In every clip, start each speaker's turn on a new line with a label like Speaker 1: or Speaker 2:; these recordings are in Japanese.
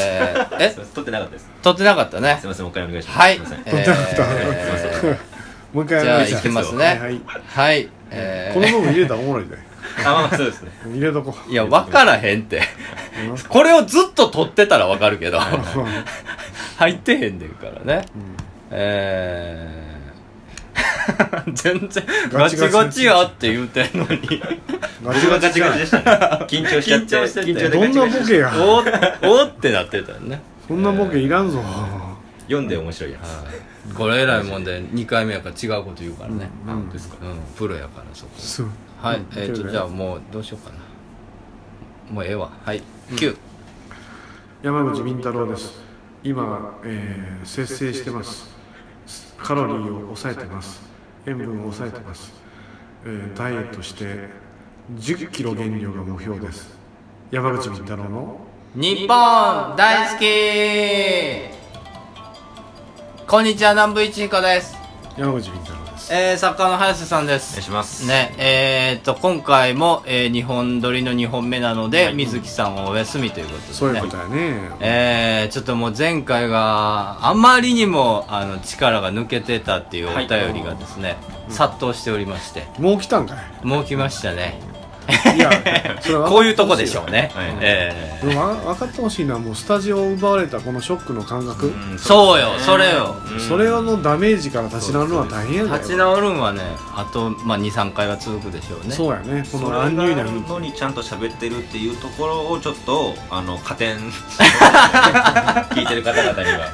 Speaker 1: え
Speaker 2: すいません撮ってなかったです
Speaker 1: 撮ってなかったね
Speaker 2: すいませんもう一回お願いします
Speaker 1: はい
Speaker 2: すいません
Speaker 1: え
Speaker 2: え
Speaker 1: ー
Speaker 3: 撮ってなかった
Speaker 1: え
Speaker 3: もう一
Speaker 1: ー
Speaker 3: 回
Speaker 1: じゃあ
Speaker 3: やり
Speaker 1: 行
Speaker 3: まし
Speaker 1: き
Speaker 3: ょう
Speaker 1: ます
Speaker 3: はいは
Speaker 1: ね
Speaker 3: い
Speaker 1: はいえ
Speaker 3: この
Speaker 1: ー
Speaker 3: 部分入れたらおもろいね
Speaker 2: ーあまあまあそうです ね
Speaker 3: 入れとこ
Speaker 1: いや分からへんってこれをずっと撮ってたら分かるけど入ってへんねんからね
Speaker 3: うん
Speaker 1: えー全然ガ
Speaker 3: ガ
Speaker 1: チ
Speaker 3: チ
Speaker 1: ガ
Speaker 3: ガ
Speaker 1: チ
Speaker 3: チ
Speaker 1: やって言うてんの に
Speaker 3: ガ
Speaker 2: 僕
Speaker 3: チ
Speaker 2: が
Speaker 3: ガ
Speaker 2: ガチ
Speaker 3: チ
Speaker 2: ガチ
Speaker 3: だ
Speaker 2: でしたね 緊張しちゃって
Speaker 1: 緊張してて
Speaker 2: 緊張で
Speaker 3: どんな
Speaker 2: ガチガチ
Speaker 3: ボケや
Speaker 1: おおってなってたよね
Speaker 3: こんなボケいらんぞ
Speaker 2: 読んで面白いやつ
Speaker 1: これ偉いもんで2回目やから違うこと言うからね、
Speaker 3: うんうん
Speaker 1: ですか、うん、プロやからそこ
Speaker 3: そう
Speaker 1: はい、
Speaker 3: うん
Speaker 1: えっ、とじゃあもうどうしようかなもうええわはい、9
Speaker 3: 山口敏太郎です今、えー節制してますカロリーを抑えてます塩分を抑えてます、えーダイエットして1 0キロ減量が目標です山口敏太郎の
Speaker 1: 日本大好きこんにちは南部一彦です、
Speaker 3: 山口敏太郎です
Speaker 1: えー、作家の早瀬さんで
Speaker 2: お
Speaker 1: す
Speaker 2: 願いします
Speaker 1: ねえー、と今回も、えー、2本撮りの2本目なので、水木さんはお休みということで、ね、
Speaker 3: そういうことやね
Speaker 1: えー、ちょっともう前回があまりにもあの力が抜けてたっていうお
Speaker 2: はい
Speaker 1: 便りがですね、殺到しておりまして
Speaker 3: もう来たんか
Speaker 1: もう来ましたね
Speaker 3: いいやそれ は
Speaker 1: こういうとこでしょうね、
Speaker 2: はい
Speaker 1: え
Speaker 3: でもわ分かってほしいのはもうスタジオを奪われたこのショックの感覚、
Speaker 2: うん
Speaker 1: ー、そうよそれよ
Speaker 2: うん
Speaker 3: それのダメージから立ち直るのは大変やだよ
Speaker 1: 立ち直るんはねあと、まあ、23回は続くでしょうね
Speaker 3: そうやねこ
Speaker 2: そ
Speaker 3: の
Speaker 2: のア
Speaker 3: 安
Speaker 2: ン
Speaker 3: 入
Speaker 2: ニュイ
Speaker 3: な
Speaker 2: な
Speaker 3: 雰囲
Speaker 2: の
Speaker 3: 気
Speaker 2: にちゃんと喋ってるっていうところをちょっとあの 加点聞いてる方々には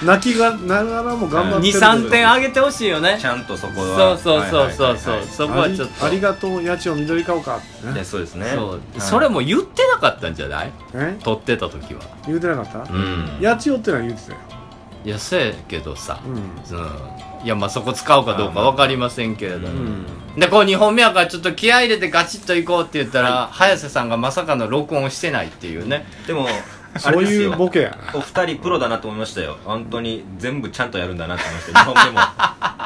Speaker 3: 泣きがながらも頑張ってるけど
Speaker 1: 23点上げてほしいよね
Speaker 2: ちゃんとそこ
Speaker 1: そ
Speaker 2: は
Speaker 1: うそうそうそう
Speaker 2: はい
Speaker 1: そう
Speaker 2: はいはい
Speaker 1: そこはちょっと
Speaker 3: ありありがとう八千代緑買おうかって
Speaker 2: はいい
Speaker 3: ね
Speaker 2: やそうですね
Speaker 1: そう
Speaker 2: はい
Speaker 1: それも言ってなかったんじゃない
Speaker 3: え
Speaker 1: 撮ってた時は
Speaker 3: 言うてなかった、
Speaker 2: うん
Speaker 3: 八千代ってのは言うてたよ、
Speaker 1: いやせやけどさ、
Speaker 3: うん
Speaker 1: うん、いやまあそこ使うかどうか分かりませんけれども、
Speaker 2: う
Speaker 3: うん
Speaker 1: でこう2本目やからちょっと気合い入れてガチッと行こうって言ったら、早瀬さんがまさかの録音をしてないっていうね
Speaker 2: でもあ
Speaker 3: そう
Speaker 2: れです
Speaker 3: いうボ
Speaker 2: よ
Speaker 3: ケや
Speaker 2: お二人プロだなと思いましたよ本当に全部ちゃんとやるんだなと思いました2本目も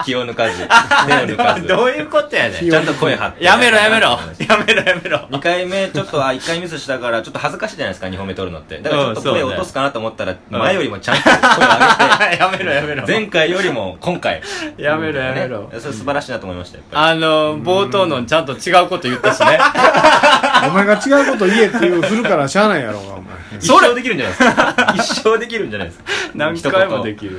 Speaker 2: 気を 抜かず手を抜かず
Speaker 1: どういうことやねん
Speaker 3: 気を
Speaker 2: ちゃんと声張って
Speaker 1: やめろやめ ろやめろやめろ
Speaker 2: 2回目ちょっとあ1回ミスしたからちょっと恥ずかしいじゃないですか2本目撮るのってだからちょっと
Speaker 1: うんそう
Speaker 2: 声
Speaker 1: ね
Speaker 2: 落とすかなと思ったら前よりもちゃんと声を上げて
Speaker 1: やめろやめろ
Speaker 2: 前回よりも今回
Speaker 1: やめろやめろ
Speaker 2: ね、それ素晴らしいなと思いましたやっぱ
Speaker 1: あの冒頭のちゃんと違うこと言ったしね
Speaker 3: お前が違うこと言えっていう振るからしゃあないやろうがお前
Speaker 2: り
Speaker 1: それ
Speaker 2: 一生できるんじゃないですか一生できるんじゃないですか
Speaker 1: 何回もできる
Speaker 2: る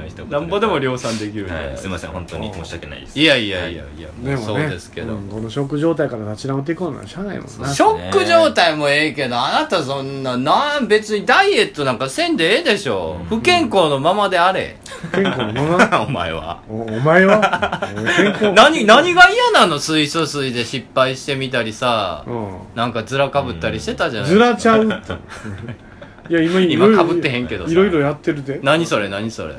Speaker 2: うん一言
Speaker 1: なんぼでも量産できるね、
Speaker 2: はいすいません本当に申し訳ないです
Speaker 1: いやいやいやいや、も
Speaker 3: でも
Speaker 1: う
Speaker 3: ね
Speaker 1: そうですけど、
Speaker 3: うんこのショック状態から立ち直っていこうのはしゃあないもんな
Speaker 1: ショック状態もええけど、あなたそんな、なん、別にダイエットなんかせんでええでしょ。不健康のままであれ。
Speaker 3: 健康のまま
Speaker 1: お前は。
Speaker 3: おお前はお健 康
Speaker 1: 何、何が嫌なの水素水で失敗してみたりさ、
Speaker 3: う
Speaker 1: なんかズラかぶったりしてたじゃ
Speaker 3: ん
Speaker 1: ない
Speaker 3: ずらちゃう っていや今いろいろ
Speaker 1: 今被ってへんけどさ
Speaker 3: いろいろやってるで
Speaker 1: 何それ何それ。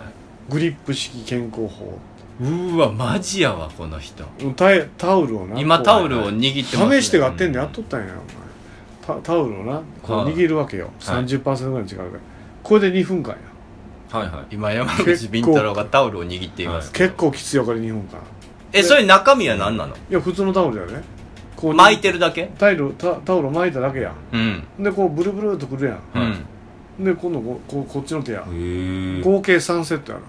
Speaker 3: グリップ式健康法
Speaker 1: うーわ、マジやわ、この人。
Speaker 3: タイタオルをな
Speaker 1: 今
Speaker 3: こう
Speaker 1: タオルを握ってます、ね。
Speaker 3: 試してがってんでやっとったんやお前タタオルをなこう
Speaker 1: はい
Speaker 3: 握るわけよ、
Speaker 2: はい
Speaker 3: 30%ぐらいの力でこれで2分間や
Speaker 2: はいはい
Speaker 1: 今山口敏太郎がタオルを握っています。
Speaker 3: 結構きついよこれ2分間
Speaker 1: え、それ中身は何なの
Speaker 3: いや普通のタオルだよねこ
Speaker 1: 巻いてるだけ
Speaker 3: タイルタタオルを巻いただけや
Speaker 1: うん。
Speaker 3: んでこうブルブルっとくるや
Speaker 1: うんん。
Speaker 3: んで今度こうこうこっちの手や
Speaker 2: へえ
Speaker 3: 合計3セットやな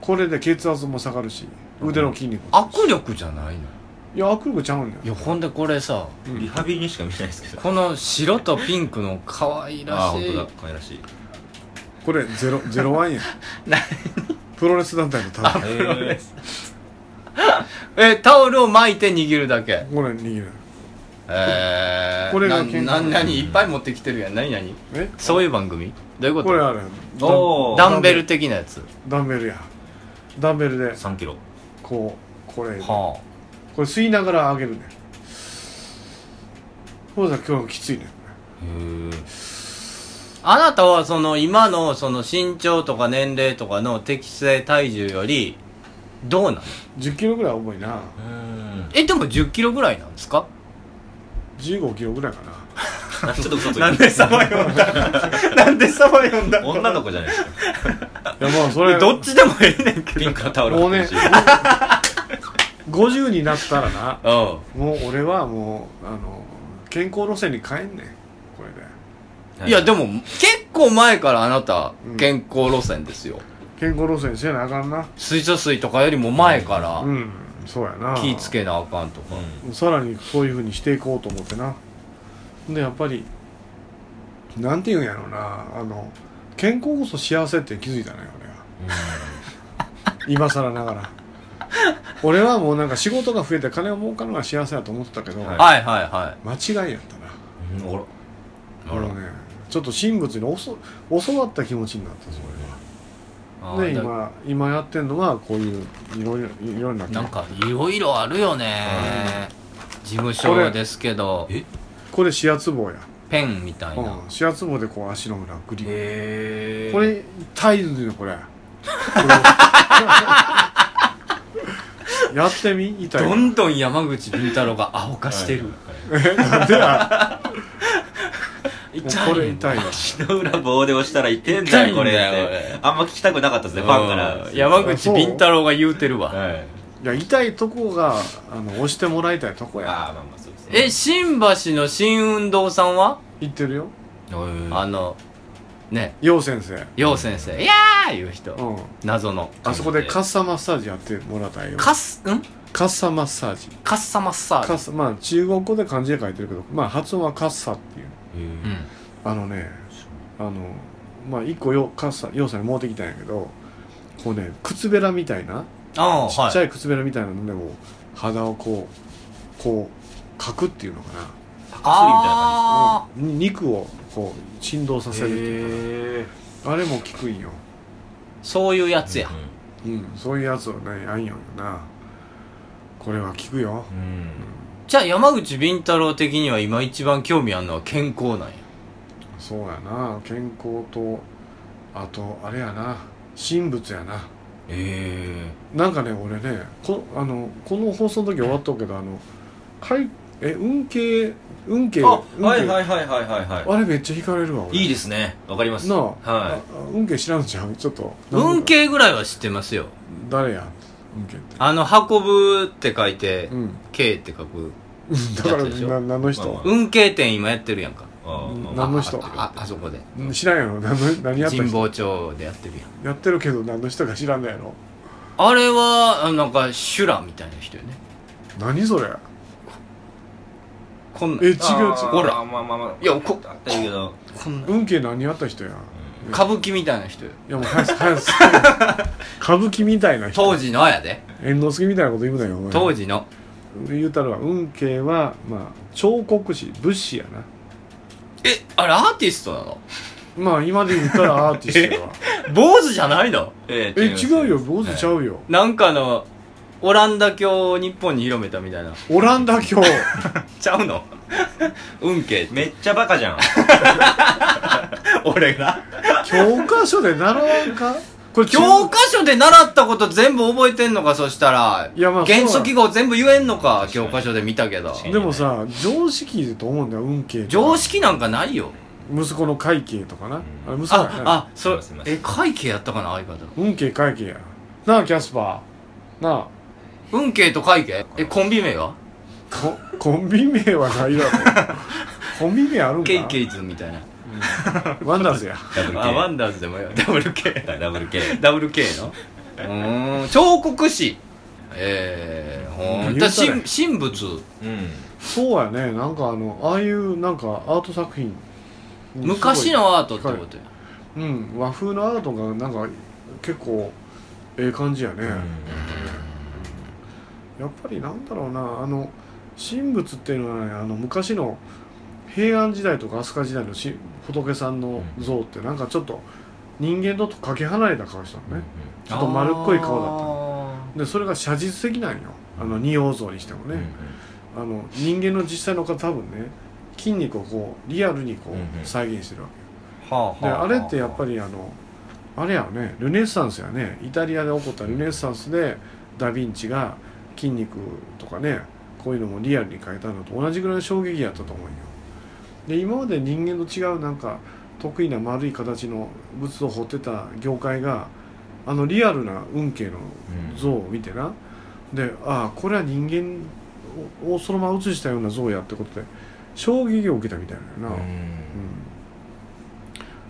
Speaker 3: これで血圧も下がるし腕の筋肉
Speaker 1: 握力じゃないの
Speaker 3: いや握力ちゃうんや
Speaker 1: いやほんでこれさ
Speaker 2: リハビリにしか見えないですけど
Speaker 1: この白とピンクの可愛
Speaker 2: ああ
Speaker 1: らし
Speaker 2: 本当
Speaker 1: い
Speaker 2: だ可愛らしい
Speaker 3: これゼロゼロワンやん
Speaker 1: 何
Speaker 3: プロレス団体のタオル
Speaker 2: プロレス
Speaker 1: えタオルを巻いて握るだけ
Speaker 3: これ握る
Speaker 1: えー、
Speaker 3: これ
Speaker 1: な
Speaker 3: が健
Speaker 1: な
Speaker 3: 康
Speaker 1: 何いっぱい持ってきてるやん何何
Speaker 3: え
Speaker 1: そういう番組どういうこと
Speaker 3: これあれ
Speaker 2: おー
Speaker 1: ダンベル的なやつ
Speaker 3: ダンベルやダンベルで
Speaker 2: 3キロ
Speaker 3: こうこれこ
Speaker 1: は
Speaker 3: れ吸いながら上げるねほうだ今日きつい
Speaker 2: へ
Speaker 3: ね
Speaker 2: え
Speaker 1: ああなたはその今のその身長とか年齢とかの適正体重よりどうなの
Speaker 3: 1 0キロぐらい重いな
Speaker 2: うん
Speaker 1: えでも1 0キロぐらいなんですか
Speaker 3: 1 5キロぐらいかな
Speaker 2: ちょっと嘘つい
Speaker 1: なんでサバ読んだ なんでサバ読んだ
Speaker 2: 女の子じゃないですか
Speaker 3: いやまあそれ
Speaker 1: どっちでも ええねんけど
Speaker 2: ピンクのタオル
Speaker 3: も うね
Speaker 2: 欲しい
Speaker 3: 50になったらな
Speaker 1: うん
Speaker 3: もう俺はもうあの健康路線に変えんねんこれで
Speaker 1: いや、
Speaker 2: も
Speaker 1: でも、結構前からあなた健康路線ですよ、
Speaker 3: 健康路線せなあかんな
Speaker 1: 水素水とかよりも前から
Speaker 3: うんそうやな
Speaker 1: 気ぃつけなあかんとか、
Speaker 3: さらにそういうふうにしていこうと思ってなでやっぱりなんていうんやろうなあの健康こそ幸せって気づいたのよ俺は 今更ながら俺はもうなんか仕事が増えて金を儲かるのが幸せだと思ってたけど、
Speaker 2: はい
Speaker 1: はいはいは
Speaker 3: 間違いやったな
Speaker 2: うんおら
Speaker 1: い
Speaker 3: あ
Speaker 1: ほら
Speaker 3: のねちょっと神仏に教教わった気持ちになったそ
Speaker 1: あ
Speaker 3: れは
Speaker 1: ー
Speaker 3: で
Speaker 1: だ
Speaker 3: 今今やってんのはこういういろいろいろんな
Speaker 1: なんかいろいろあるよね事務所ですけど
Speaker 2: え
Speaker 3: これ指圧棒や
Speaker 1: ペンみたい
Speaker 3: うん
Speaker 1: な
Speaker 3: 指圧棒でこう足の裏をグリグリ
Speaker 2: へ
Speaker 3: これタイルよこれこ れやってみ痛い
Speaker 1: ど んどん山口敏太郎が青化してる、
Speaker 3: では
Speaker 1: 痛い
Speaker 3: これ痛いわ
Speaker 1: 足
Speaker 2: の裏棒で押したら痛いんだよこれ
Speaker 1: 痛いんだよ
Speaker 2: ってあんま聞きたくなかったですねファンから
Speaker 1: うん山口敏太郎が言うてるわ
Speaker 2: はい
Speaker 3: いや痛いとこがあの押してもらいたいとこ
Speaker 2: ああ
Speaker 3: や
Speaker 2: まあまあそうですね
Speaker 1: え新橋の新運動さんは、
Speaker 3: 言ってるよ
Speaker 1: あ
Speaker 2: あ
Speaker 1: のね
Speaker 3: 陽先生
Speaker 1: 陽先生「いやー!」いう人、
Speaker 3: うん
Speaker 1: 謎の
Speaker 3: あそこでカッサマッサージやってもらったらええよ
Speaker 1: カスん
Speaker 3: カッサマッサージ
Speaker 1: カッサマッサ
Speaker 3: カ
Speaker 1: ー
Speaker 3: ッ
Speaker 1: ジ
Speaker 3: サまあ中国語で漢字で書いてるけどまあ発音はカッサっていう
Speaker 1: うん
Speaker 3: あのねあのまあ一個よカッサ陽さんに持ってきたんやけどこうね靴べらみたいな
Speaker 1: ああ
Speaker 3: ちっち
Speaker 1: は
Speaker 3: ゃ
Speaker 1: い
Speaker 3: い靴べらみたいなのでも肌をこうこうかくっていうのか
Speaker 1: あ
Speaker 3: な、うん肉をこう振動させるっていう
Speaker 2: へえ
Speaker 3: あれも効くん
Speaker 1: ー
Speaker 3: よ、
Speaker 1: そういうやつや、
Speaker 3: うん、そういうやつをねあんよんよなこれは効くよ
Speaker 2: うん
Speaker 1: じゃあ山口敏太郎的には今一番興味あるのは健康なんや
Speaker 3: そうやな健康とあとあれやな神仏やな
Speaker 2: え
Speaker 3: なんかね俺ねこあのこの放送の時終わっとうけどあのかいえ運慶運慶
Speaker 2: え
Speaker 3: 運慶、
Speaker 2: はいはいはいはいはいは
Speaker 3: あれめっちゃ惹かれるわ俺
Speaker 2: いいいですねわかります
Speaker 3: なあ、
Speaker 2: は
Speaker 3: ああ運慶知らんじゃんちょっと
Speaker 1: 運慶ぐらいは知ってますよ
Speaker 3: 誰や運慶って
Speaker 1: あの運ぶって書いて
Speaker 3: うん
Speaker 1: K って書く
Speaker 3: だから
Speaker 1: やつでしょ
Speaker 3: な何の人
Speaker 2: まあ
Speaker 1: 運慶店今やってるやんか
Speaker 2: あーまあまあ
Speaker 3: 何の人
Speaker 1: あああそこで
Speaker 3: うん知らんやろ何の何やった
Speaker 1: 神
Speaker 3: 人
Speaker 1: 保町でやってるやん
Speaker 3: やってるけど何の人か知らんのやろ
Speaker 1: あれはあなんか修羅みたいな人よね
Speaker 3: 何それ
Speaker 1: こんなん
Speaker 3: え違う違う
Speaker 2: あー
Speaker 1: ほら
Speaker 2: まあまあまあ
Speaker 1: いやこ
Speaker 2: あったけど
Speaker 1: こんなん
Speaker 3: 運慶何やった人やん
Speaker 1: 歌舞伎みたいな人よ
Speaker 3: いやもう早く早く歌舞伎みたいな人
Speaker 1: 当時のやで
Speaker 3: 猿之助みたいなこと言うなよお前
Speaker 1: 当時の
Speaker 3: 言うたら運慶はまあ彫刻師物資やな
Speaker 1: えあれアーティストなの
Speaker 3: まあ今で言ったらアーティスト やわ
Speaker 1: 坊主じゃないの
Speaker 2: え
Speaker 3: え違うよ坊主
Speaker 2: 主
Speaker 3: ちゃうよ、
Speaker 1: なんかのオランダ教を日本に広めたみたいな
Speaker 3: オランダ教
Speaker 1: ちゃうの運慶って
Speaker 2: めっちゃバカじゃん
Speaker 1: 俺が
Speaker 3: 教科書で習わんかこれ
Speaker 1: 教科書で習ったこと全部覚えてんのかそしたら
Speaker 3: いやまあ
Speaker 1: 元素記号全部言えんのか
Speaker 2: そ
Speaker 1: 教
Speaker 2: う
Speaker 1: 科書で見たけど
Speaker 2: 確かに
Speaker 3: でもさ常識だと思うんだよ運慶とか
Speaker 1: 常識なんかないよ
Speaker 3: 息子の会計とかな、あれ息子や
Speaker 1: あ
Speaker 3: な
Speaker 1: あそ
Speaker 2: すいません
Speaker 1: え会計やったかな相方
Speaker 3: 運慶会計やなあキャスパーなあ
Speaker 1: 運慶と会計えコンビ名は
Speaker 3: こ コンビ名はない だろコンビ名あるんか
Speaker 1: ケイケイズみたいな
Speaker 3: ワンダーズや
Speaker 2: ダブル
Speaker 1: あワ
Speaker 2: K
Speaker 1: ンダーズでもよダブル K
Speaker 2: ダブル K
Speaker 1: ダブル K のうーん彫刻師えー、ほん
Speaker 3: 言
Speaker 1: だ
Speaker 3: うたね
Speaker 1: 神神仏
Speaker 2: うん
Speaker 3: そうやねなんかあのああいうなんかアート作品
Speaker 1: 昔のアートってことや
Speaker 3: すごいうん和風のアートがなんか結構ええ感じやね、やっぱりなんだろうなあの神仏っていうのはねあの昔の平安時代とか飛鳥時代のし仏さんの像ってなんかちょっと人間とかけ離れた顔したのね、ちょっと丸っこい顔だったの
Speaker 1: っ
Speaker 3: でそれが写実的なんよあの仁王像にしてもね、あの人間の実際の方多分ね筋肉をこうリアルにこ
Speaker 2: うんうん
Speaker 3: う再現してるわ
Speaker 1: たは
Speaker 3: けよ、であれってやっぱ
Speaker 1: り
Speaker 3: りあのあれやねルネッサンスやねイタリアで起こったルネッサンスでダ・ヴィンチが筋肉とかねこういうのもリアルに変えたのと同じぐらいの衝撃やったと思うよで今まで人間と違うなんか得意な丸い形の仏を彫ってた業界があのリアルな運慶の像を見てな、でああこれは人間ををそのまま写したような像やってことで衝撃を受けたみたいなのよな、うん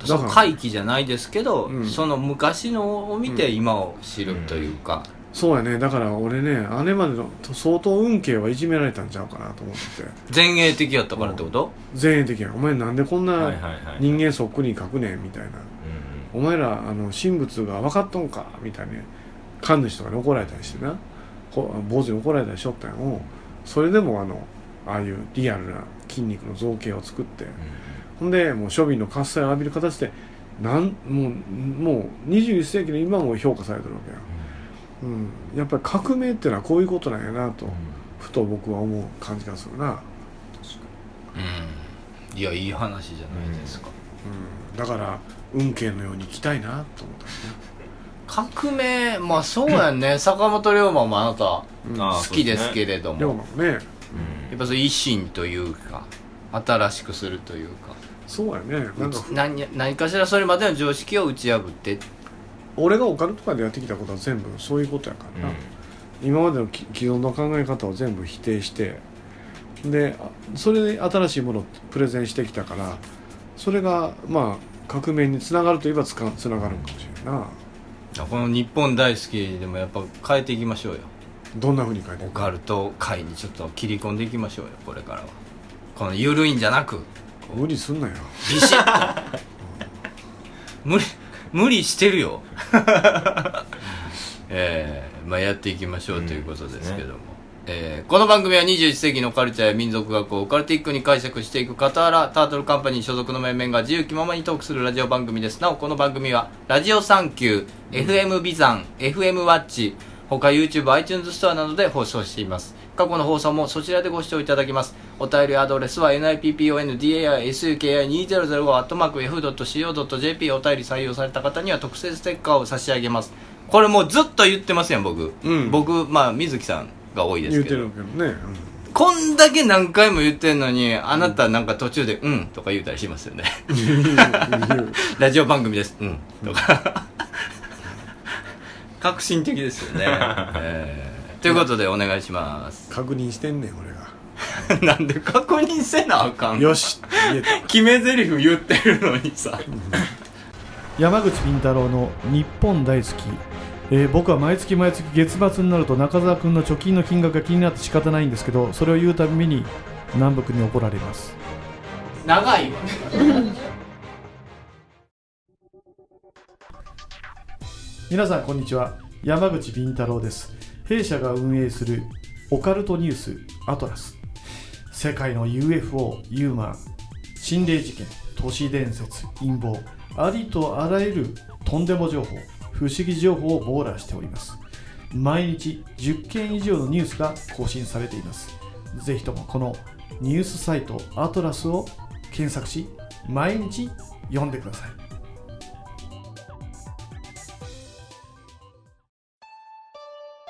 Speaker 3: だ
Speaker 1: そ
Speaker 3: から
Speaker 1: う回帰じゃないですけど、
Speaker 3: うん
Speaker 1: その昔のを見て今を知るというか、
Speaker 3: そうやねだから俺ねあれまでの相当運慶はいじめられたんちゃうかなと思ってて
Speaker 1: 前衛的やったからってこと、
Speaker 3: 前衛的やんお前なんでこん
Speaker 2: はい
Speaker 3: な
Speaker 2: はいはい
Speaker 3: 人間そっくりに書くねんみたいな
Speaker 2: うん
Speaker 3: お前らあの神仏が分かっとんかみたいに神主とかに怒られたりしてなこ坊主に怒られたりしとったんやんそれでもあのああいうリアルな筋肉の造形を作ってほんでもう庶民の喝采を浴びる形でなんもうもう21世紀の今も評価されてるわけやんうん、やっぱり革命ってのはこういうことなんやなと、
Speaker 2: うんうん
Speaker 3: ふと僕は思う感じがするな、
Speaker 1: うん、いやいい話じゃないですか、
Speaker 3: うん、だから運慶のように生きたいなと思った
Speaker 1: 革命まあそうやん ね坂本龍馬もあなた
Speaker 3: うん
Speaker 2: ああ
Speaker 1: 好きですけれども、
Speaker 3: 龍馬もね
Speaker 1: やっぱそう維新というか新しくするというか
Speaker 3: そうやねなんかふ
Speaker 1: 何何かしらそれまでの常識を打ち破って
Speaker 3: 俺がオカルト界でやってきたことは全部そういうことやか
Speaker 2: う
Speaker 3: ら
Speaker 2: ん
Speaker 3: な、今までのき既存の考え方を全部否定してであそれで新しいものをプレゼンしてきたからそれがまあ革命につながるといえばつかつながるかもしれんな
Speaker 1: この日本大好きでもやっぱ変えていきましょうよ
Speaker 3: どんなふうに書いて
Speaker 1: オ
Speaker 3: る
Speaker 1: カルト界にちょっと切り込んでいきましょうよこれからはこの緩いんじゃなく
Speaker 3: 無理すんなよ
Speaker 1: ビシッと無理 無理してるよえーまあ、やっていきましょうということですけども、えーこの番組は21世紀のカルチャーや民族学をオカルティックに解釈していく傍らタートルカンパニー所属の面々が自由気ままにトークするラジオ番組ですなおこの番組はラジオサンキュー FM ビザン FM ワッチ他 YouTube、iTunes ストアなどで放送しています。過去の放送もそちらでご視聴いただけます。お便りアドレスは nippondaisuki2005-yahoo.co.jp お便り採用された方には特製ステッカーを差し上げます。これもうずっと言ってますやん、僕。
Speaker 3: うん
Speaker 1: 僕、まあ、水木さんが多いで
Speaker 3: 言
Speaker 1: す
Speaker 3: う
Speaker 1: け
Speaker 3: て
Speaker 1: ど。
Speaker 3: るけどね、うん
Speaker 1: こんだけ何回も言ってんのに、あなたなんか途中で、うん、とか言うたりしますよね。ラジオ番組です。うん。とか。革新的です よね。えーということでお願いします。
Speaker 3: 確認してんねん俺 が
Speaker 1: なんで確認せなあかん
Speaker 3: よしって言えた
Speaker 1: 決め台詞言ってるのにさ。
Speaker 4: 山口敏太郎の日本大好き、えー僕は毎月毎月月末になると中澤君の貯金の金額が気になって仕方ないんですけどそれを言うたびに南北に怒られます
Speaker 1: 長いわ。
Speaker 4: 皆さんこんにちは山口敏太郎です弊社が運営するオカルトニュースアトラス世界の UFO ユーマン心霊事件都市伝説陰謀ありとあらゆるとんでも情報不思議情報を網羅しております毎日10件以上のニュースが更新されていますぜひともこのニュースサイトアトラスを検索し毎日読んでください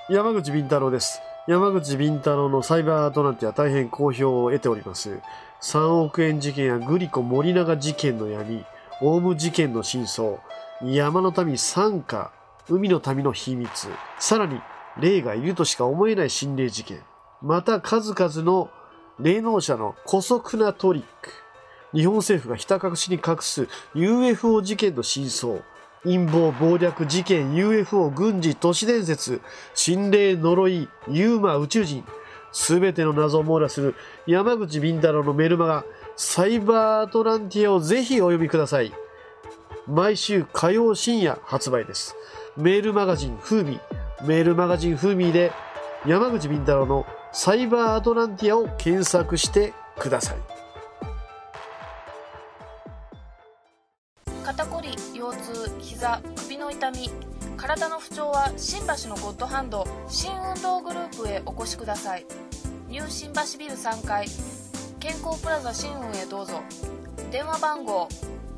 Speaker 5: 山口敏太郎です。山口敏太郎のサイバーアトランティア大変好評を得ております。3億円事件やグリコ森永事件の闇、オウム事件の真相、山の民参加、海の民の秘密、さらに霊がいるとしか思えない心霊事件、また数々の霊能者の古速なトリック、日本政府がひた隠しに隠す UFO 事件の真相、陰謀、暴略、事件、UFO、軍事、都市伝説、心霊、呪い、ユーマ、宇宙人、すべての謎を網羅する山口敏太郎のメルマガ、サイバーアトランティアをぜひお読みください。毎週火曜深夜発売です。メールマガジンフーミー、メールマガジンフーミーで山口敏太郎のサイバーアトランティアを検索してください。
Speaker 6: 肩こり腰痛膝首の痛み体の不調は新橋のゴッドハンド新運動グループへお越しくださいニュー新橋ビル3階健康プラザ新運へどうぞ電話番号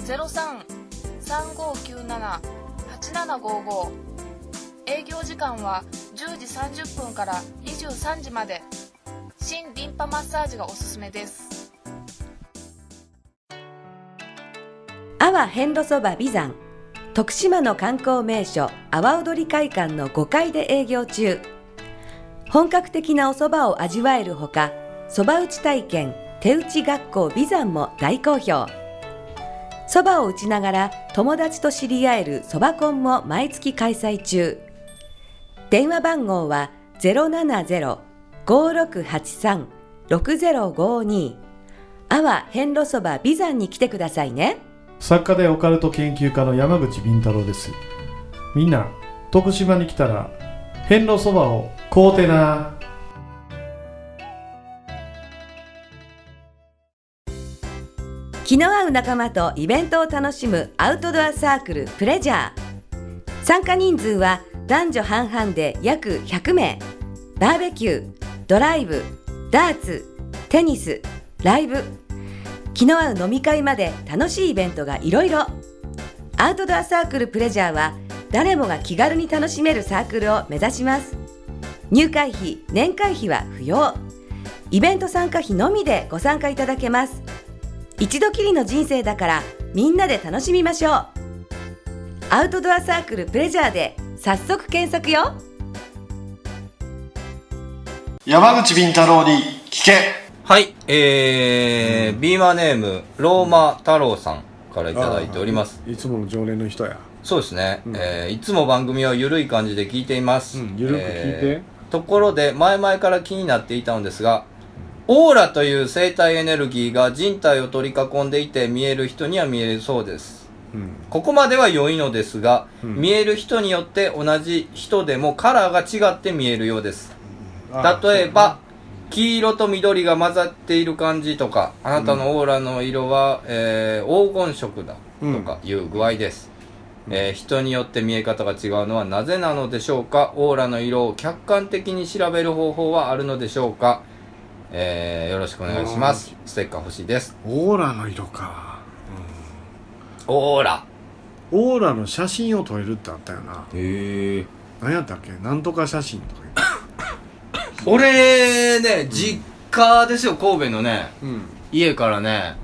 Speaker 6: 0335978755営業時間は10時30分から23時まで新リンパマッサージがおすすめです
Speaker 7: 阿波遍路そば美山徳島の観光名所阿波踊り会館の5階で営業中本格的なお蕎麦を味わえるほか蕎麦打ち体験手打ち学校美山も大好評そばを打ちながら友達と知り合えるそばコンも毎月開催中。電話番号は070-5683-6052阿波遍路そば美山に来てくださいね。
Speaker 4: 作家でオカルト研究家の山口敏太郎ですみんな徳島に来たら遍路そばを買うてな
Speaker 7: 気の合う仲間とイベントを楽しむアウトドアサークルプレジャー参加人数は男女半々で約100名バーベキュードライブダーツテニスライブ気の合う飲み会まで楽しいイベントがいろいろアウトドアサークルプレジャーは誰もが気軽に楽しめるサークルを目指します入会費年会費は不要イベント参加費のみでご参加いただけます一度きりの人生だからみんなで楽しみましょうアウトドアサークルプレジャーで早速検索よ
Speaker 5: 山口敏太郎に聞け
Speaker 1: はい、えー、ビーマーネーム、ローマ太郎さんからいただいております。
Speaker 3: いつもの常連の人や
Speaker 1: そうですね、えーいつも番組をゆるい感じで聞いています。
Speaker 3: うんゆるく聞いて
Speaker 1: ーところで、前々から気になっていたのですが、オーラという生体エネルギーが人体を取り囲んでいて見える人には見えるそうです。
Speaker 3: うん
Speaker 1: ここまでは良いのですが、
Speaker 3: うん
Speaker 1: 見える人によって同じ人でもカラーが違って見えるようです。
Speaker 3: あー
Speaker 1: 例えば、黄色と緑が混ざっている感じとかあなたのオーラの色は、えー黄金色だとかいう具合です、えー人によって見え方が違うのはなぜなのでしょうかオーラの色を客観的に調べる方法はあるのでしょうか、えーよろしくお願いしますステッカー欲しいです
Speaker 3: そうオーラの色か
Speaker 1: オーラ
Speaker 3: オーラの写真を撮れるってあったよな
Speaker 2: へえ
Speaker 3: 何やったっけなんとか写真とか
Speaker 1: 俺ね実家ですよ神戸のね
Speaker 3: 言う、うん
Speaker 1: 家からね、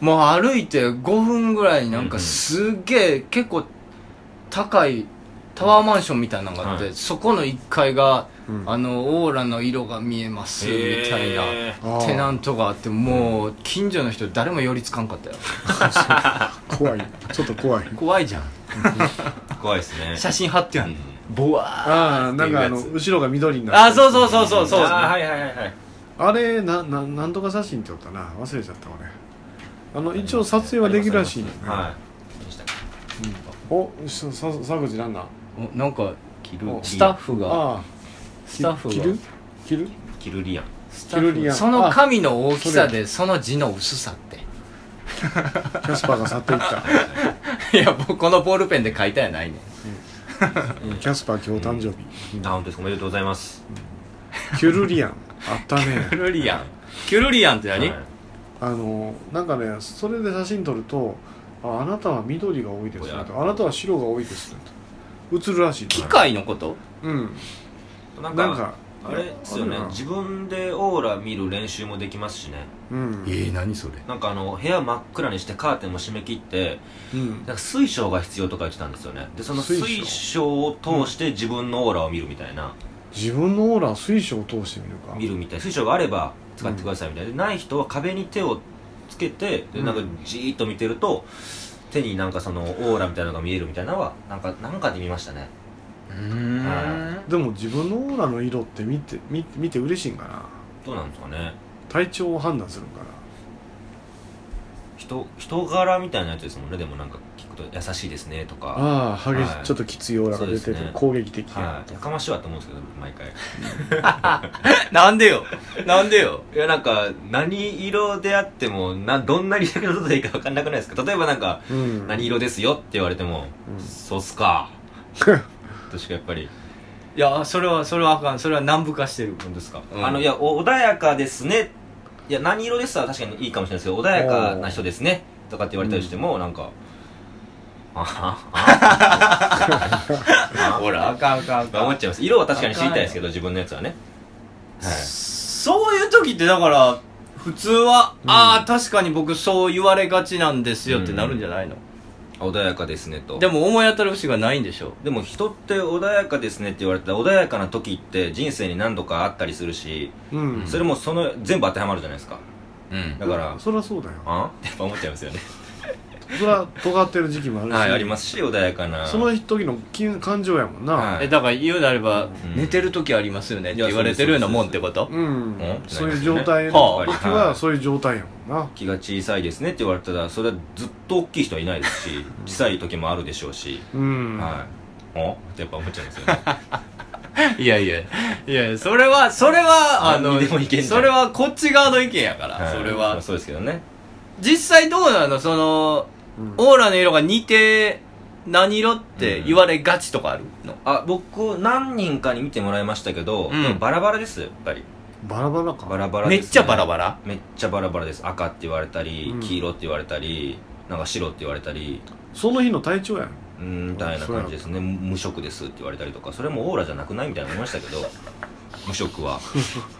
Speaker 1: もう歩いて5分ぐらいになんかすっげえ結構高いタワーマンションみたいなのがあって、
Speaker 2: はい
Speaker 1: そこの1階が、
Speaker 3: うん
Speaker 1: あのオーラの色が見えますみたいな
Speaker 3: あー
Speaker 1: テナントがあってもう近所の人誰も寄りつかんかったよ
Speaker 3: 怖いちょっと怖い
Speaker 1: 怖いじゃん
Speaker 2: 怖いですね
Speaker 1: 写真貼ってあるのボワー
Speaker 3: ああなんかあの
Speaker 2: っていう
Speaker 3: 後ろが緑にな
Speaker 1: あ
Speaker 3: って
Speaker 1: そうそうそうそうそう
Speaker 2: あーはいはいはいはい
Speaker 3: あれなななんとか写真って言ったな忘れちゃった俺あの一応撮影はできるらしいね、
Speaker 2: はいでしたっけ
Speaker 3: おささ沢口なんなん
Speaker 1: おなんか
Speaker 2: キル
Speaker 1: スタッフが
Speaker 3: ああ
Speaker 1: スタッフ
Speaker 3: 着る
Speaker 1: が
Speaker 3: 着る
Speaker 2: キルリアン
Speaker 1: スタッ
Speaker 3: 着
Speaker 1: フ
Speaker 3: るや
Speaker 1: が
Speaker 3: ん
Speaker 1: その紙の大きさでその字の薄さって
Speaker 3: キャスパーが去っていった
Speaker 1: いや僕このボールペンで書いたやないねん
Speaker 3: キャスパー今日誕生日、
Speaker 2: あ本当ですかおめでとうございます
Speaker 3: キュルリアンあった
Speaker 1: キ
Speaker 3: ね
Speaker 1: ュルリアンキュルリアンって何、
Speaker 2: はい
Speaker 3: あのなんかねそれで写真撮るとああなたは緑が多いですね
Speaker 2: おや
Speaker 3: とあなたは白が多いですねと映るらしい
Speaker 1: 機械のこと
Speaker 3: うん
Speaker 2: なん
Speaker 3: なん
Speaker 2: か
Speaker 3: か
Speaker 2: あれですよね
Speaker 3: あるな
Speaker 2: 自分でオーラ見る練習もできますしね
Speaker 3: うん
Speaker 1: え何それ
Speaker 2: なんかあの部屋真っ暗にしてカーテンも締め切って
Speaker 3: うん
Speaker 2: なんか水晶が必要とか言ってたんですよねでその
Speaker 3: 水晶
Speaker 2: 水晶を通して自分のオーラを見るみたいな、
Speaker 3: 自分のオーラは水晶を通してみるか
Speaker 2: 見るみたい水晶があれば使ってくださいみたいな、でない人は壁に手をつけてでなんかじーっと見てると手になんかそのオーラみたいなのが見えるみたいなのはなんかなんかで見ましたね
Speaker 1: うーん
Speaker 2: は
Speaker 3: でも自分のオーラの色って見て見見て嬉しいんかな
Speaker 2: どうなんですかね
Speaker 3: 体調を判断するんかな
Speaker 2: 人人柄みたいなやつですもんねでもなんか聞くと優しいですねとか
Speaker 3: ああ激しい、
Speaker 2: はい
Speaker 3: ちょっときついオーラが出て
Speaker 2: そう
Speaker 3: る、
Speaker 2: ですね
Speaker 3: 攻撃的や、
Speaker 2: はい、やかましいわと思うんですけど毎回
Speaker 1: なんでよなんでよ
Speaker 2: いやなんか何色であってもなどんなリアクション取ったらいいか分かんなくないですか例えばなんか
Speaker 3: うん
Speaker 2: 何色ですよって言われても、
Speaker 3: うん
Speaker 2: そうっすかとしかやっぱり
Speaker 1: いやそれはそれはあかんそれは南部化してる
Speaker 2: 本当ですか、
Speaker 1: うん
Speaker 2: あのいやお穏やかですねいや何色ですは確かにいいかもしれないですけど穏やかな人ですねとかって言われたりしても、なんかあはあ
Speaker 1: ほらあかんあかんあかん
Speaker 2: 思っちゃいます色は確かに知りたいですけど自分のやつはねはい
Speaker 1: そういう時ってだから普通は、ああ確かに僕そう言われがちなんですよってなるんじゃないの、
Speaker 2: 穏やかですねと
Speaker 1: でも思い当たる節がないんでしょ
Speaker 2: でも人って穏やかですねって言われたら穏やかな時って人生に何度かあったりするし、
Speaker 3: うん
Speaker 2: それもその全部当てはまるじゃないですか
Speaker 1: うん
Speaker 2: だから、
Speaker 3: そりゃそうだよ
Speaker 2: あんってやっぱ思っちゃいますよね
Speaker 3: それは尖ってる時期もあるし、
Speaker 2: はい、ありますし穏やかな
Speaker 3: その時の気感情やもんな、
Speaker 2: はい
Speaker 1: えだから言うなれば、
Speaker 2: ん
Speaker 1: 寝てる時ありますよねって言われてるようなもんってこと
Speaker 3: うん
Speaker 2: ん
Speaker 3: そういう状態の
Speaker 1: はあ
Speaker 3: 時はそういう状態やもんな
Speaker 2: 気が小さいですねって言われたらそれはずっと大きい人はいないですし小さい時もあるでしょうし、
Speaker 3: うん、
Speaker 2: はいおってやっぱ思っちゃいますよ ね
Speaker 1: いやいや、いやいやそれは、それは、あの、
Speaker 2: 何にでもいけんじゃん
Speaker 1: それはこっち側の意見やから、
Speaker 2: い
Speaker 1: それ
Speaker 2: まあ
Speaker 1: は。
Speaker 2: そうですけどね
Speaker 1: 実際どうなのその、
Speaker 3: うん
Speaker 1: オーラの色が似て、何色って言われがちとかあるの、
Speaker 2: あ僕何人かに見てもらいましたけ
Speaker 1: う
Speaker 2: ど、
Speaker 1: ん
Speaker 2: でもバラバラですやっぱり
Speaker 3: バラバラ
Speaker 2: バ
Speaker 3: か
Speaker 2: ラバラ
Speaker 1: め
Speaker 2: です、
Speaker 1: っちゃバラバラ
Speaker 2: めっちゃバラバラです赤って言われたり、
Speaker 3: うん
Speaker 2: 黄色って言われたりなんか白って言われたり
Speaker 3: その日の体調やん
Speaker 2: うーんみたいな感じですね無色ですって言われたりとかそれもオーラじゃなくないみたいな思いましたけど無色は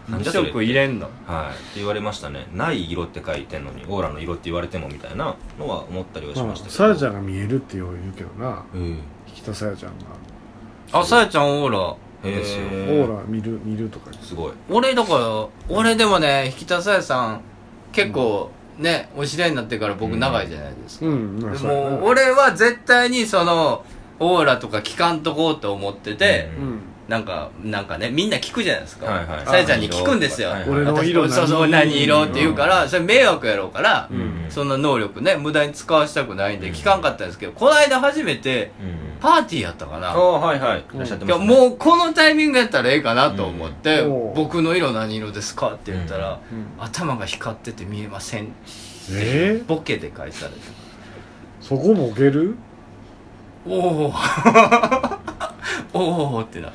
Speaker 2: なんじゃそれ
Speaker 1: 色入れんの
Speaker 2: はい、って言われましたねない色って書いてんのにオーラの色って言われてもみたいなのは思ったりはしましたけど
Speaker 3: さやちゃんが見えるってよう言うけどな
Speaker 2: うん
Speaker 3: 引田さやちゃんが
Speaker 1: あ、さやちゃんオーラ
Speaker 2: へ
Speaker 1: ですよ。
Speaker 3: オ
Speaker 2: ー
Speaker 3: ーラ見る見るとか
Speaker 2: すごい
Speaker 1: 俺だから、俺でもね、引田さやさん、結構、ね、お知り合いになってから僕長いじゃないですか。
Speaker 3: うんまあ
Speaker 1: で
Speaker 3: そうやな
Speaker 1: も、俺は絶対にその、オーラとか聞かんとこうと思ってて、
Speaker 2: うん
Speaker 3: うん
Speaker 1: なんか、なんかね、みんな聞くじゃないですか。
Speaker 2: はいはい
Speaker 1: さやちゃんに聞くんですよ。
Speaker 2: はいはい
Speaker 3: 俺の色
Speaker 1: 私そうそう、何色って言うから、それ迷惑やろうから、
Speaker 2: うん
Speaker 1: そんな能力ね、無駄に使わしたくないんで、聞かんかったんですけど、この間初めて、
Speaker 2: うん
Speaker 1: パーティーやったか
Speaker 2: あ
Speaker 1: な。
Speaker 2: あはいはいいらっしゃって
Speaker 1: い
Speaker 2: ま
Speaker 1: や
Speaker 2: すね
Speaker 1: もうこのタイミングやったらええかなと思って、
Speaker 3: うんおう
Speaker 1: 僕の色何色ですかって言ったら、
Speaker 3: うん
Speaker 1: 頭が光ってて見えません
Speaker 3: えー、
Speaker 1: ボケで返されて
Speaker 3: そこも置ける
Speaker 1: おお おおってな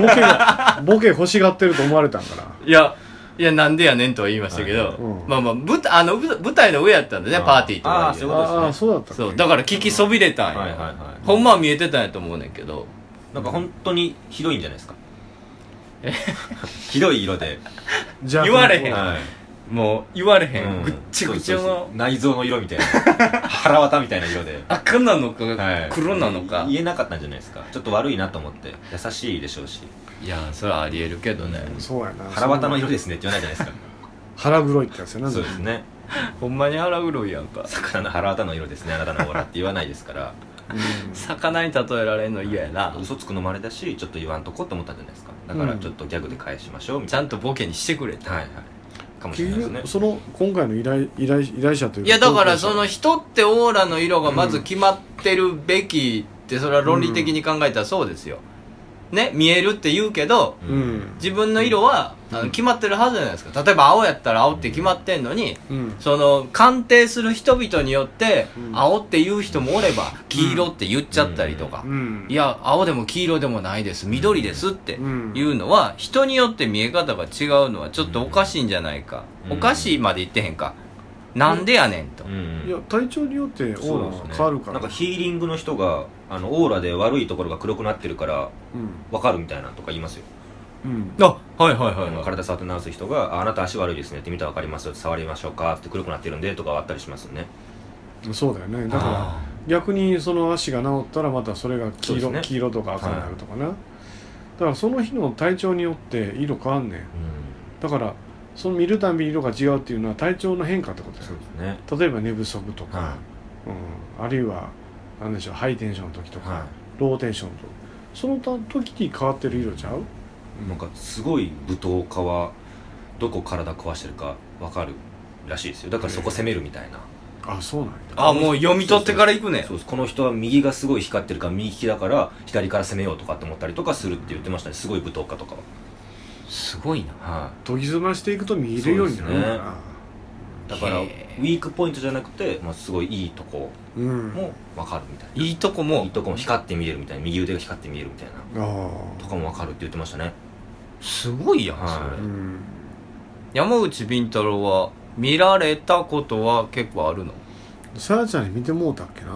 Speaker 3: ボケがボケ 欲しがってると思われたんかない
Speaker 1: やいやなんでやねんとは言いましたけど、
Speaker 3: うん
Speaker 1: まあまあ舞台あの舞舞台の上やったんでね
Speaker 2: あー
Speaker 1: パーティーとか
Speaker 2: あーそういうことですね
Speaker 3: ああーそうだったっけ
Speaker 1: そうだから聞きそびれたんや、
Speaker 2: はいはいは
Speaker 1: ほんまは見えてたんやと思うねんけど
Speaker 2: いなんか本当にひどいんじゃないですか ひどい色で、
Speaker 3: じゃあ
Speaker 1: 言われへん
Speaker 2: はい
Speaker 1: もう言われへん、
Speaker 2: うん
Speaker 1: ぐっちゃぐちゃ
Speaker 2: そうそうそ
Speaker 1: の
Speaker 2: う内臓の色みたいな 腹渡みたいな色で
Speaker 1: 赤なのか
Speaker 2: はい
Speaker 1: 黒なのか、
Speaker 2: 言えなかったんじゃないですかちょっと悪いなと思って優しいでしょうし
Speaker 1: いやそれはありえるけどね、
Speaker 3: そうやな
Speaker 2: 腹渡の色ですねって言わないじゃないです
Speaker 3: 腹黒いってやつやな
Speaker 2: かそうですね
Speaker 1: ほんまに腹黒いやんか
Speaker 2: 魚の腹渡の色ですねあなたのオーラって言わないですから
Speaker 1: 魚に例えられんの嫌やな
Speaker 2: 嘘つくのもあれだしちょっと言わんとこって思ったんじゃないですかだからちょっとギャグで返しましょうみ
Speaker 1: ち
Speaker 2: た
Speaker 1: ゃ
Speaker 2: い
Speaker 1: んとボケにしてくれ
Speaker 2: な、
Speaker 1: た
Speaker 2: はいはいかもしれない
Speaker 3: 結
Speaker 2: です
Speaker 3: 局
Speaker 2: ね
Speaker 3: その今回の依頼依頼依頼者という
Speaker 1: いやだからその人ってオーラの色がまず決まってるべきってそれは論理的に考えたらそうですよね見えるって言うけど
Speaker 3: う
Speaker 2: うん
Speaker 3: ん
Speaker 1: 自分の色はあの決まってるはずじゃないですか例えば青やったら青って決まってんのに
Speaker 3: うん
Speaker 1: その鑑定する人々によって
Speaker 3: うん
Speaker 1: 青って言う人もおれば黄色って言っちゃったりとか
Speaker 3: うん
Speaker 1: いや青でも黄色でもないです緑ですって
Speaker 3: うん
Speaker 1: いうのは人によって見え方が違うのはちょっとおかしいんじゃないか、
Speaker 2: うん
Speaker 1: おかしいまで言ってへんか、なんでやねんと、
Speaker 2: うん
Speaker 3: いや体調によってオーラは変わるから
Speaker 2: なんかヒーリングの人があのオーラで悪いところが黒くなってるから
Speaker 3: うん
Speaker 2: 分かるみたいなとか言いますよ
Speaker 3: うん
Speaker 1: あはいはいは
Speaker 2: あの体触って直す人が「ああなた足悪いですね」って見たら分かりますよ触りましょうかって黒くなってるんでとかはあったりしますよね
Speaker 3: そうだよねだから逆にその足が治ったらまたそれが黄
Speaker 2: そ
Speaker 3: 色,、
Speaker 2: うですね
Speaker 3: 黄色とか赤になるとかな、だからその日の体調によって色変わんねんだからその見るたび色が違うっていうのは体調の変化ってこと
Speaker 2: そう
Speaker 3: よ
Speaker 2: ですね
Speaker 3: 例えば寝不足とか、
Speaker 2: は
Speaker 3: うん、あるいはなんでしょうハイテンションの時と
Speaker 2: い
Speaker 3: か、
Speaker 2: は
Speaker 3: ローテーションの時その他時に変わってる色ちゃう
Speaker 2: いなんかすごい舞踏家はどこ体壊してるか分かるらしいですよだからそこ攻めるみたいな
Speaker 3: あそうなんや
Speaker 1: あもう読み取ってから行くね
Speaker 2: そうですこの人は右がすごい光ってるから右利きだから左から攻めようとかって思ったりとかするって言ってましたねすごい舞踏家とか
Speaker 1: すごいな
Speaker 2: ははい
Speaker 3: 研ぎ澄ましていくと見えるようになるんだな
Speaker 2: だからウ
Speaker 1: へ
Speaker 2: ィ
Speaker 1: え
Speaker 2: ークポイントじゃなくて、まあ、すごいいいとこ
Speaker 3: うん
Speaker 2: も分かるみたいない
Speaker 1: いとこも
Speaker 2: いいとこも光って見えるみたいな右腕が光って見えるみたいな
Speaker 3: あ
Speaker 2: とかも分かるって言ってましたね
Speaker 1: すごいやんそれ、
Speaker 3: あ
Speaker 2: は
Speaker 3: うん
Speaker 1: 山内ビン太郎は見られたことは結構あるの
Speaker 3: さやちゃんに見てもうたっけな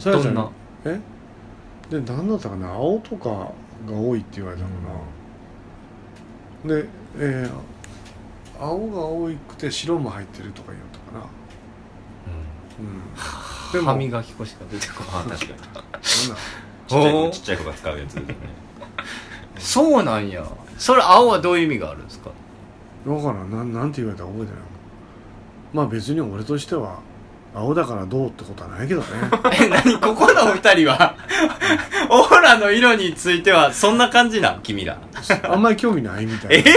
Speaker 3: さや
Speaker 1: ど
Speaker 3: ちゃ
Speaker 1: ん
Speaker 3: ん
Speaker 1: な
Speaker 3: えで何だったかな青とかが多いって言われたのかな、で、えー青が多くて白も入ってるとか言ったか な、うん、でも
Speaker 1: 歯磨き粉しか出てこ
Speaker 2: あー確かに
Speaker 3: なんだ
Speaker 2: ちっちゃい
Speaker 1: ほ
Speaker 2: 子
Speaker 1: う
Speaker 2: ちっちゃい子が使うやつですよね
Speaker 1: ないそうなんやそれ青はどういう意味があるんですか
Speaker 3: だからなんなんて言われたか覚えてないまあ別に俺としては青だからどうってことはないけ どね
Speaker 1: え、何ここのお二人は、オーラの色については、そんな感じなん君ら。
Speaker 3: あんまり興味ないみた
Speaker 1: え
Speaker 3: いな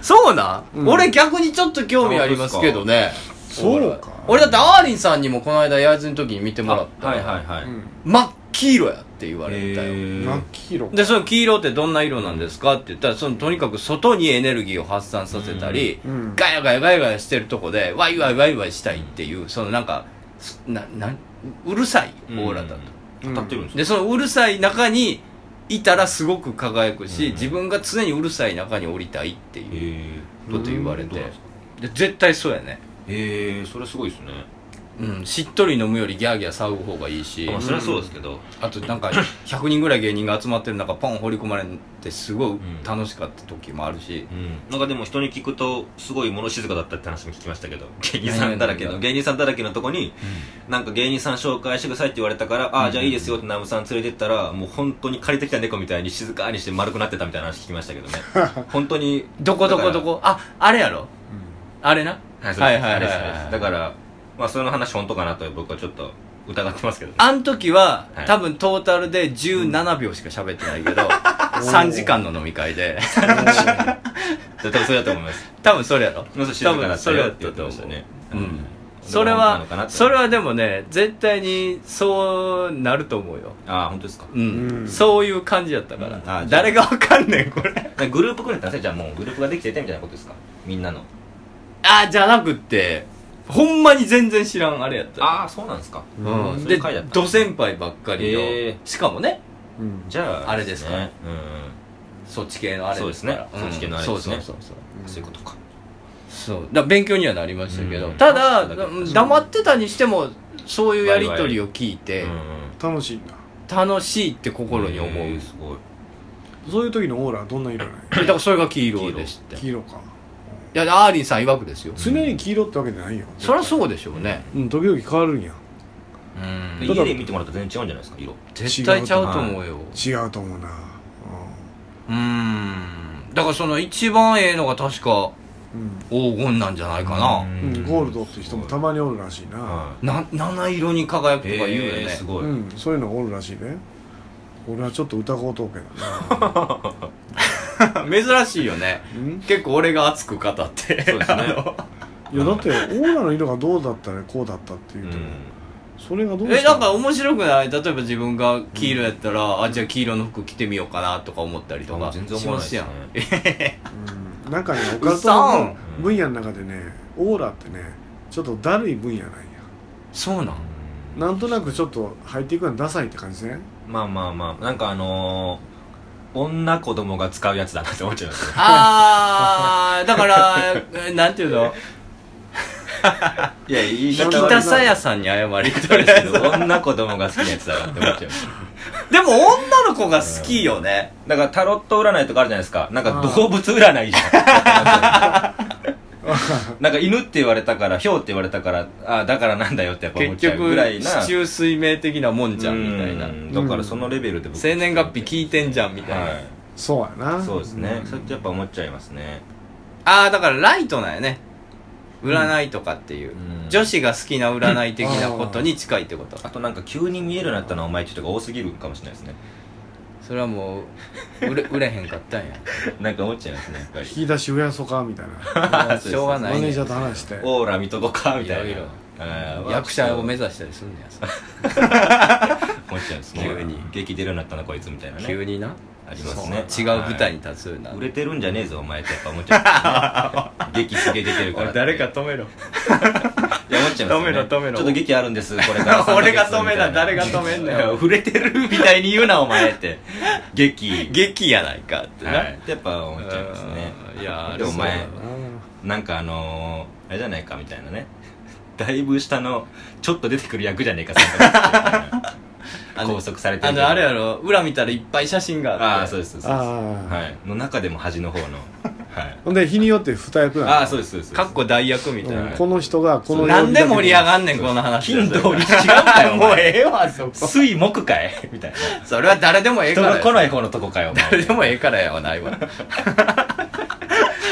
Speaker 1: そうなん、
Speaker 3: うん
Speaker 1: 俺逆にちょっと興味ありますけどね。
Speaker 3: そうか
Speaker 1: 俺だってアーリンさんにもこの間、八重洲の時に見てもらった。
Speaker 2: はいはいはい、
Speaker 3: うん
Speaker 1: 真っ黄色やって言われたよ。
Speaker 2: え
Speaker 3: 真っ
Speaker 2: ー、
Speaker 3: 黄色
Speaker 1: でその黄色ってどんな色なんですかって言ったらそのとにかく外にエネルギーを発散させたり、
Speaker 3: うんうん
Speaker 1: ガヤガヤガヤガヤしてるとこでワイワイワイワイしたいっていうそのなんかすななんうるさいオーラだと、
Speaker 2: 当たってるんですよ
Speaker 1: でそのうるさい中にいたらすごく輝くし、
Speaker 2: うん
Speaker 1: 自分が常にうるさい中に降りたいって
Speaker 2: え
Speaker 1: いう
Speaker 2: ー、
Speaker 1: こと言われて、
Speaker 2: どうなんですか
Speaker 1: で絶対そうやね
Speaker 2: えー、それすごいですね、
Speaker 1: うん、しっとり飲むよりギャーギャー騒ぐ方がいいし、
Speaker 2: まあ、それはそうですけど、
Speaker 1: あと なんか100人ぐらい芸人が集まってる中ポン放り込まれてすごい
Speaker 2: ん
Speaker 1: 楽しかった時もあるし、
Speaker 2: うん、なんかでも人に聞くとすごい物静かだったって話も聞きましたけど芸人
Speaker 1: いやい
Speaker 2: さ
Speaker 1: や
Speaker 2: んだらけ
Speaker 1: いや
Speaker 2: の
Speaker 1: い
Speaker 2: 芸人さんだらけのとこに、なんか芸人さん紹介してくださいって言われたから、ああじゃあいいですよってナムさん連れてったらもう本当に借りてきた猫みたいに静かにして丸くなってたみたいな話聞きましたけ どね本当に
Speaker 1: どこどこどこああれやろ、あれな
Speaker 2: はい
Speaker 1: は
Speaker 2: はいい
Speaker 1: は
Speaker 2: はいい
Speaker 1: は
Speaker 2: はいい
Speaker 1: はい
Speaker 2: だからまあその話本当かなと僕はちょっと疑ってますけどね
Speaker 1: あん時は、
Speaker 2: はい
Speaker 1: 多分トータルで17秒しか喋ってないけど、3時間の飲み会で
Speaker 2: 多分それだと思います
Speaker 1: 多分それやろ
Speaker 2: まあそれ静
Speaker 1: 多
Speaker 2: か
Speaker 1: 分
Speaker 2: だった
Speaker 1: それ
Speaker 2: よ
Speaker 1: や
Speaker 2: っ
Speaker 1: って
Speaker 2: 言
Speaker 1: た
Speaker 2: っ
Speaker 1: と思
Speaker 2: てました
Speaker 1: う
Speaker 2: ね
Speaker 1: うんそれはそれはでもね絶対にそうなると思うよ
Speaker 2: ああ本当ですか
Speaker 1: うん、
Speaker 3: うん
Speaker 1: そういう感じやったか
Speaker 2: うんあ
Speaker 1: ら、
Speaker 2: ーじゃあ
Speaker 1: 誰がわかんねんこ れ
Speaker 2: なんかグループくらい出せじゃあもうグループができててみたいなことですかみんなの
Speaker 1: ああじゃなくってほんまに全然知らんあれやった
Speaker 2: ああそうなんですか
Speaker 1: う
Speaker 2: う
Speaker 1: ん、
Speaker 2: んそうい
Speaker 1: で
Speaker 2: う回だった
Speaker 1: ど先輩ばっかりの、
Speaker 2: へえ
Speaker 1: しかもね
Speaker 3: うん
Speaker 2: じゃあ
Speaker 1: あれですか
Speaker 2: ねうん
Speaker 1: そっち系のあれから
Speaker 2: そうですねそっち系のあれです
Speaker 1: そ
Speaker 2: ね
Speaker 1: うそうそう
Speaker 2: うんそういうことか
Speaker 1: そうそうだから勉強にはなりましたけど、
Speaker 2: うん
Speaker 1: ただ
Speaker 2: 確かに
Speaker 1: 黙ってたにしてもそういうやり取りを聞いて
Speaker 2: うん
Speaker 3: 楽しいんだ
Speaker 1: 楽しいって心に思う、
Speaker 2: へーすごい
Speaker 3: そういう時のオーラはどんな色なんや
Speaker 1: だからそれが黄色ですってい
Speaker 3: 黄色か
Speaker 1: やアーリンさん曰くですよ、
Speaker 3: 常に黄色ってわけじゃないよ
Speaker 1: そりゃそうでしょうね
Speaker 3: うん時々変わるんや
Speaker 1: うん
Speaker 2: で家で見てもらったら全然違うんじゃないですか色
Speaker 1: 絶対ちゃうと思うよ
Speaker 3: 違うと思うな
Speaker 1: うんだからその一番ええのが確か
Speaker 3: うん
Speaker 1: 黄金なんじゃないかな、
Speaker 3: うんゴールドって人もたまにおるらしいな
Speaker 2: は
Speaker 1: な七色に輝く
Speaker 2: い
Speaker 1: とか言うよ
Speaker 2: へー
Speaker 1: ね
Speaker 2: すご
Speaker 3: う
Speaker 2: い
Speaker 3: んそういうのおるらしいね俺はちょっと疑うとうけどな
Speaker 1: 珍しいよね
Speaker 3: うん
Speaker 1: 結構俺が熱く語って
Speaker 2: そうですね
Speaker 1: あ の
Speaker 3: いやだってオーラの色がどうだったらこうだったって
Speaker 2: う
Speaker 3: 言うても
Speaker 2: ん
Speaker 3: それがどう
Speaker 1: え
Speaker 3: した
Speaker 1: なんか面白くない例えば自分が黄色やったら、あじゃあ黄色の服着てみようかなとか思ったりとか
Speaker 2: あ全然思わないですね
Speaker 1: しますやん
Speaker 3: うんなんかねオカルトの分野の中でねオーラってねちょっとだるい分野なんや
Speaker 1: そうなん
Speaker 3: なんとなくちょっと入っていくのダサいって感じね
Speaker 2: まあまあまあなんかあのー女子供が使うやつだなって思っちゃいますね
Speaker 1: あーだからえなんていう の
Speaker 2: いやいい
Speaker 1: 生
Speaker 2: 言い
Speaker 1: き
Speaker 2: 方
Speaker 1: た
Speaker 2: 悪い
Speaker 1: さやさんに謝りと
Speaker 2: そう
Speaker 1: り
Speaker 2: で
Speaker 1: あ
Speaker 2: す
Speaker 1: え
Speaker 2: け
Speaker 1: ず
Speaker 2: ど女子供が好きなやつだなって思っちゃ う
Speaker 1: でも女の子が好きよね
Speaker 2: だからタロット占いとかあるじゃないですかなんか
Speaker 3: あー
Speaker 2: 動物占いじゃん なんか犬って言われたからヒョウって言われたからあーだからなんだよってやっぱ思
Speaker 1: 結
Speaker 2: っちゃうぐ
Speaker 1: 局
Speaker 2: らいな
Speaker 1: 市中水明的なもんじゃん
Speaker 2: うん
Speaker 1: みたいな
Speaker 2: だからそのレベルで僕
Speaker 1: 生年月日聞いてんじゃんみたいな、
Speaker 2: は
Speaker 3: そうやない
Speaker 2: そうですね
Speaker 3: ん
Speaker 2: それってやっぱ思っちゃいますね
Speaker 1: ああだからライトなんやね占いとかっていう、
Speaker 2: うん
Speaker 1: 女子が好きな占い的なことに近いってこと
Speaker 2: あとなんか急に見えるようになったのはお前って人が多すぎるかもしれないですね
Speaker 1: それはもう売れ売れへんかったんや
Speaker 2: なんか思っちゃいますねやっぱり
Speaker 3: 引き出し増やそうかみたいな
Speaker 1: もうしょうが
Speaker 3: マ
Speaker 1: ない
Speaker 3: ネ
Speaker 1: ね
Speaker 3: ー
Speaker 1: ん
Speaker 3: ジャーと話して
Speaker 2: オーラ見とこかみたい
Speaker 1: い
Speaker 2: な
Speaker 1: ろいろ
Speaker 2: あー
Speaker 1: 役者を目指したりすんねやさ
Speaker 2: 思っちゃうんですね
Speaker 1: 急に
Speaker 2: 劇出るようになったなこいつみたいな ね
Speaker 1: 急にな
Speaker 2: ありますね
Speaker 1: そう違う舞台に立つような、
Speaker 2: 売れてるんじゃねえぞお前ってやっぱ思っちゃう、 ね、劇すげえ出てるからって
Speaker 1: 止めろ
Speaker 2: いや思っちゃいますよね
Speaker 1: 止めろ止めろ
Speaker 2: ちょっと劇あるんですこれから
Speaker 1: 俺が止めな誰が止めん
Speaker 2: の
Speaker 1: ね ん
Speaker 2: 触れてるみたいに言うなお前って 劇
Speaker 1: 劇やないかってな、
Speaker 2: はいやっぱ思っちゃいますね
Speaker 1: うんいやー
Speaker 2: でもお
Speaker 1: そう
Speaker 2: 前
Speaker 1: だ
Speaker 2: なんかあのー、あれじゃないかみたいなね だいぶ下のちょっと出てくる役じゃねえかそんなことみたいな拘束され て
Speaker 1: あ
Speaker 2: る
Speaker 1: のあれやろ裏見たらいっぱい写真があって
Speaker 2: ああそうですそうです
Speaker 3: ああ
Speaker 2: はいの中でも端の方の はい
Speaker 3: ほんで日によって二役なの
Speaker 2: ああそうですそうです
Speaker 1: かっこ大役みたい
Speaker 3: う
Speaker 1: な、
Speaker 3: んこの人がこの
Speaker 1: なんで盛り上
Speaker 3: る
Speaker 1: がんねんこの話
Speaker 2: 金土日違うかよお
Speaker 1: もう
Speaker 2: 前
Speaker 1: ええわそこ
Speaker 2: 水木かい みたいな
Speaker 1: それは誰でもええか
Speaker 2: 人
Speaker 1: ら
Speaker 2: の
Speaker 1: よ
Speaker 2: 来ない方のとこかよお前
Speaker 1: 誰でもええからやはないわ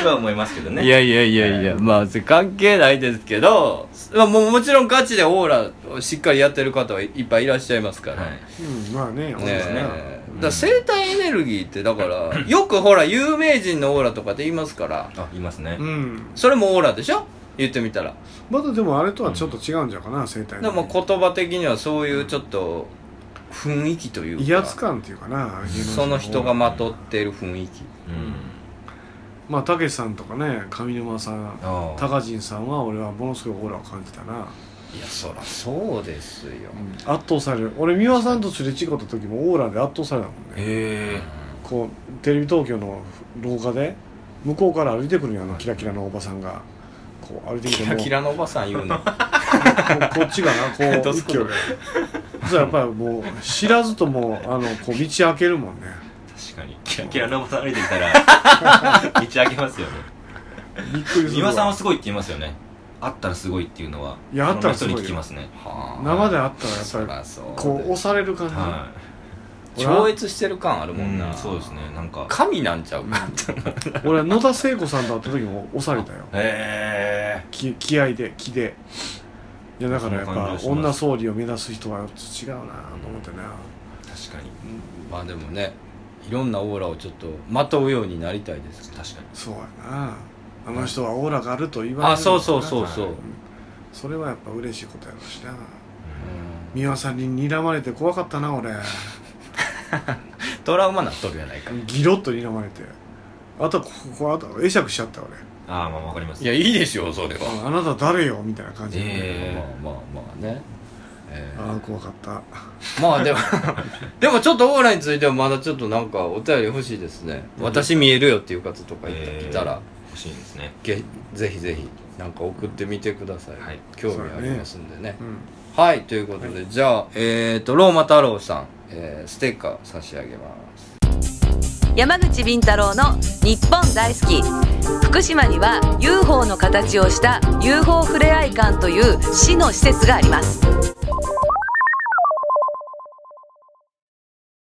Speaker 2: とは思いますけどね
Speaker 1: いやいやいやいや、まあ、関係ないですけど、まあ、もうもちろんガチでオーラをしっかりやってる方はいいっぱいいらっしゃいますから。
Speaker 2: はい
Speaker 3: うん、まあね、
Speaker 1: ね
Speaker 3: そうだね
Speaker 1: え、だから生体エネルギーってだから よくほら有名人のオーラとかって言いますから
Speaker 2: あいますね
Speaker 3: うん。
Speaker 1: それもオーラでしょ言ってみたら
Speaker 3: まだでもあれとはちょっと違うんじゃないかな、生態
Speaker 1: でも言葉的にはそういうちょっと雰囲気というか
Speaker 3: 威圧感っていうかな、芸能人
Speaker 1: その人がまとってる雰囲気
Speaker 2: うん
Speaker 3: まあ、たけしさんとかね、上沼さん、
Speaker 2: ああ
Speaker 3: 高人さんは俺はものすごいオーラを感じたな、
Speaker 1: いやそらそうですよ
Speaker 3: 圧倒される俺美輪さんとすれ違った時もオーラで圧倒されたもんね
Speaker 2: へえ
Speaker 3: こうテレビ東京の廊下で向こうから歩いてくるんやあのキラキラのおばさんがこう歩いてきて
Speaker 1: キ
Speaker 3: も
Speaker 1: ラ
Speaker 3: う
Speaker 1: キラのおばさん 言うの
Speaker 3: こうこっちがなこ
Speaker 1: ど
Speaker 3: う
Speaker 1: うす
Speaker 3: 一
Speaker 1: んの
Speaker 3: 挙でそしたらやっぱりもう知らずともあのこう道開けるもんね
Speaker 2: 確かにキラキラのおばさん歩いてきたら 道開けますよね
Speaker 3: びっくりす
Speaker 2: 三
Speaker 3: るわ
Speaker 2: 輪さんはすごいって言いますよねあったらすごいっていうのはい
Speaker 3: やあったらすご
Speaker 2: い
Speaker 3: いよ
Speaker 2: 人に聞きますね
Speaker 1: はあ
Speaker 3: 生で会ったらやっぱ
Speaker 1: そ
Speaker 3: り
Speaker 1: らそう
Speaker 3: こう押される感じ、
Speaker 2: は
Speaker 3: 俺は
Speaker 1: 超越してる感ある
Speaker 2: い
Speaker 1: もんな、
Speaker 2: うんそうですねなんか
Speaker 1: 神なんちゃうかって
Speaker 3: 俺は野田聖子さんと会った時も押されたよ
Speaker 2: へえ
Speaker 3: 気気合で気でいやだからやっ
Speaker 2: そんな感
Speaker 3: ぱ
Speaker 2: じがします
Speaker 3: 女総理を目指す人は違うなと思ってな
Speaker 2: 確かに
Speaker 1: まあでもねいろんなオーラをちょっとまとうようになりたいです
Speaker 2: 確かに
Speaker 3: そうやなあの人はオーラがあると言われる
Speaker 1: あそうそうそううそう
Speaker 3: それはやっぱ嬉しいことやろうしな美輪さんに睨まれて怖かったな俺
Speaker 1: トラウマなっとるやないか
Speaker 3: ギロッと睨まれてあとここあと会釈しちゃった俺
Speaker 2: ああまあわかります
Speaker 1: いやいいでしょうそれは
Speaker 3: ああなた誰よみたいな感じで、
Speaker 2: ええ
Speaker 1: まあまあまあねえ
Speaker 3: ああ怖かった
Speaker 1: ーまあでも でもちょっとオーラについてはまだちょっとなんかお便り欲しいですね私見えるよっていう方とかいた,、
Speaker 2: えー
Speaker 1: ら
Speaker 2: 欲しいんですね
Speaker 1: げぜひぜひなんか送ってみてください、
Speaker 2: はい
Speaker 1: 興味ありますんでね
Speaker 3: うん
Speaker 1: はいということで、じゃあえっ、ー、とローマ太郎さん、えーステッカー差し上げます
Speaker 7: 山口敏太郎の日本大好き福島には UFO の形をした UFO ふれあい館という市の施設があります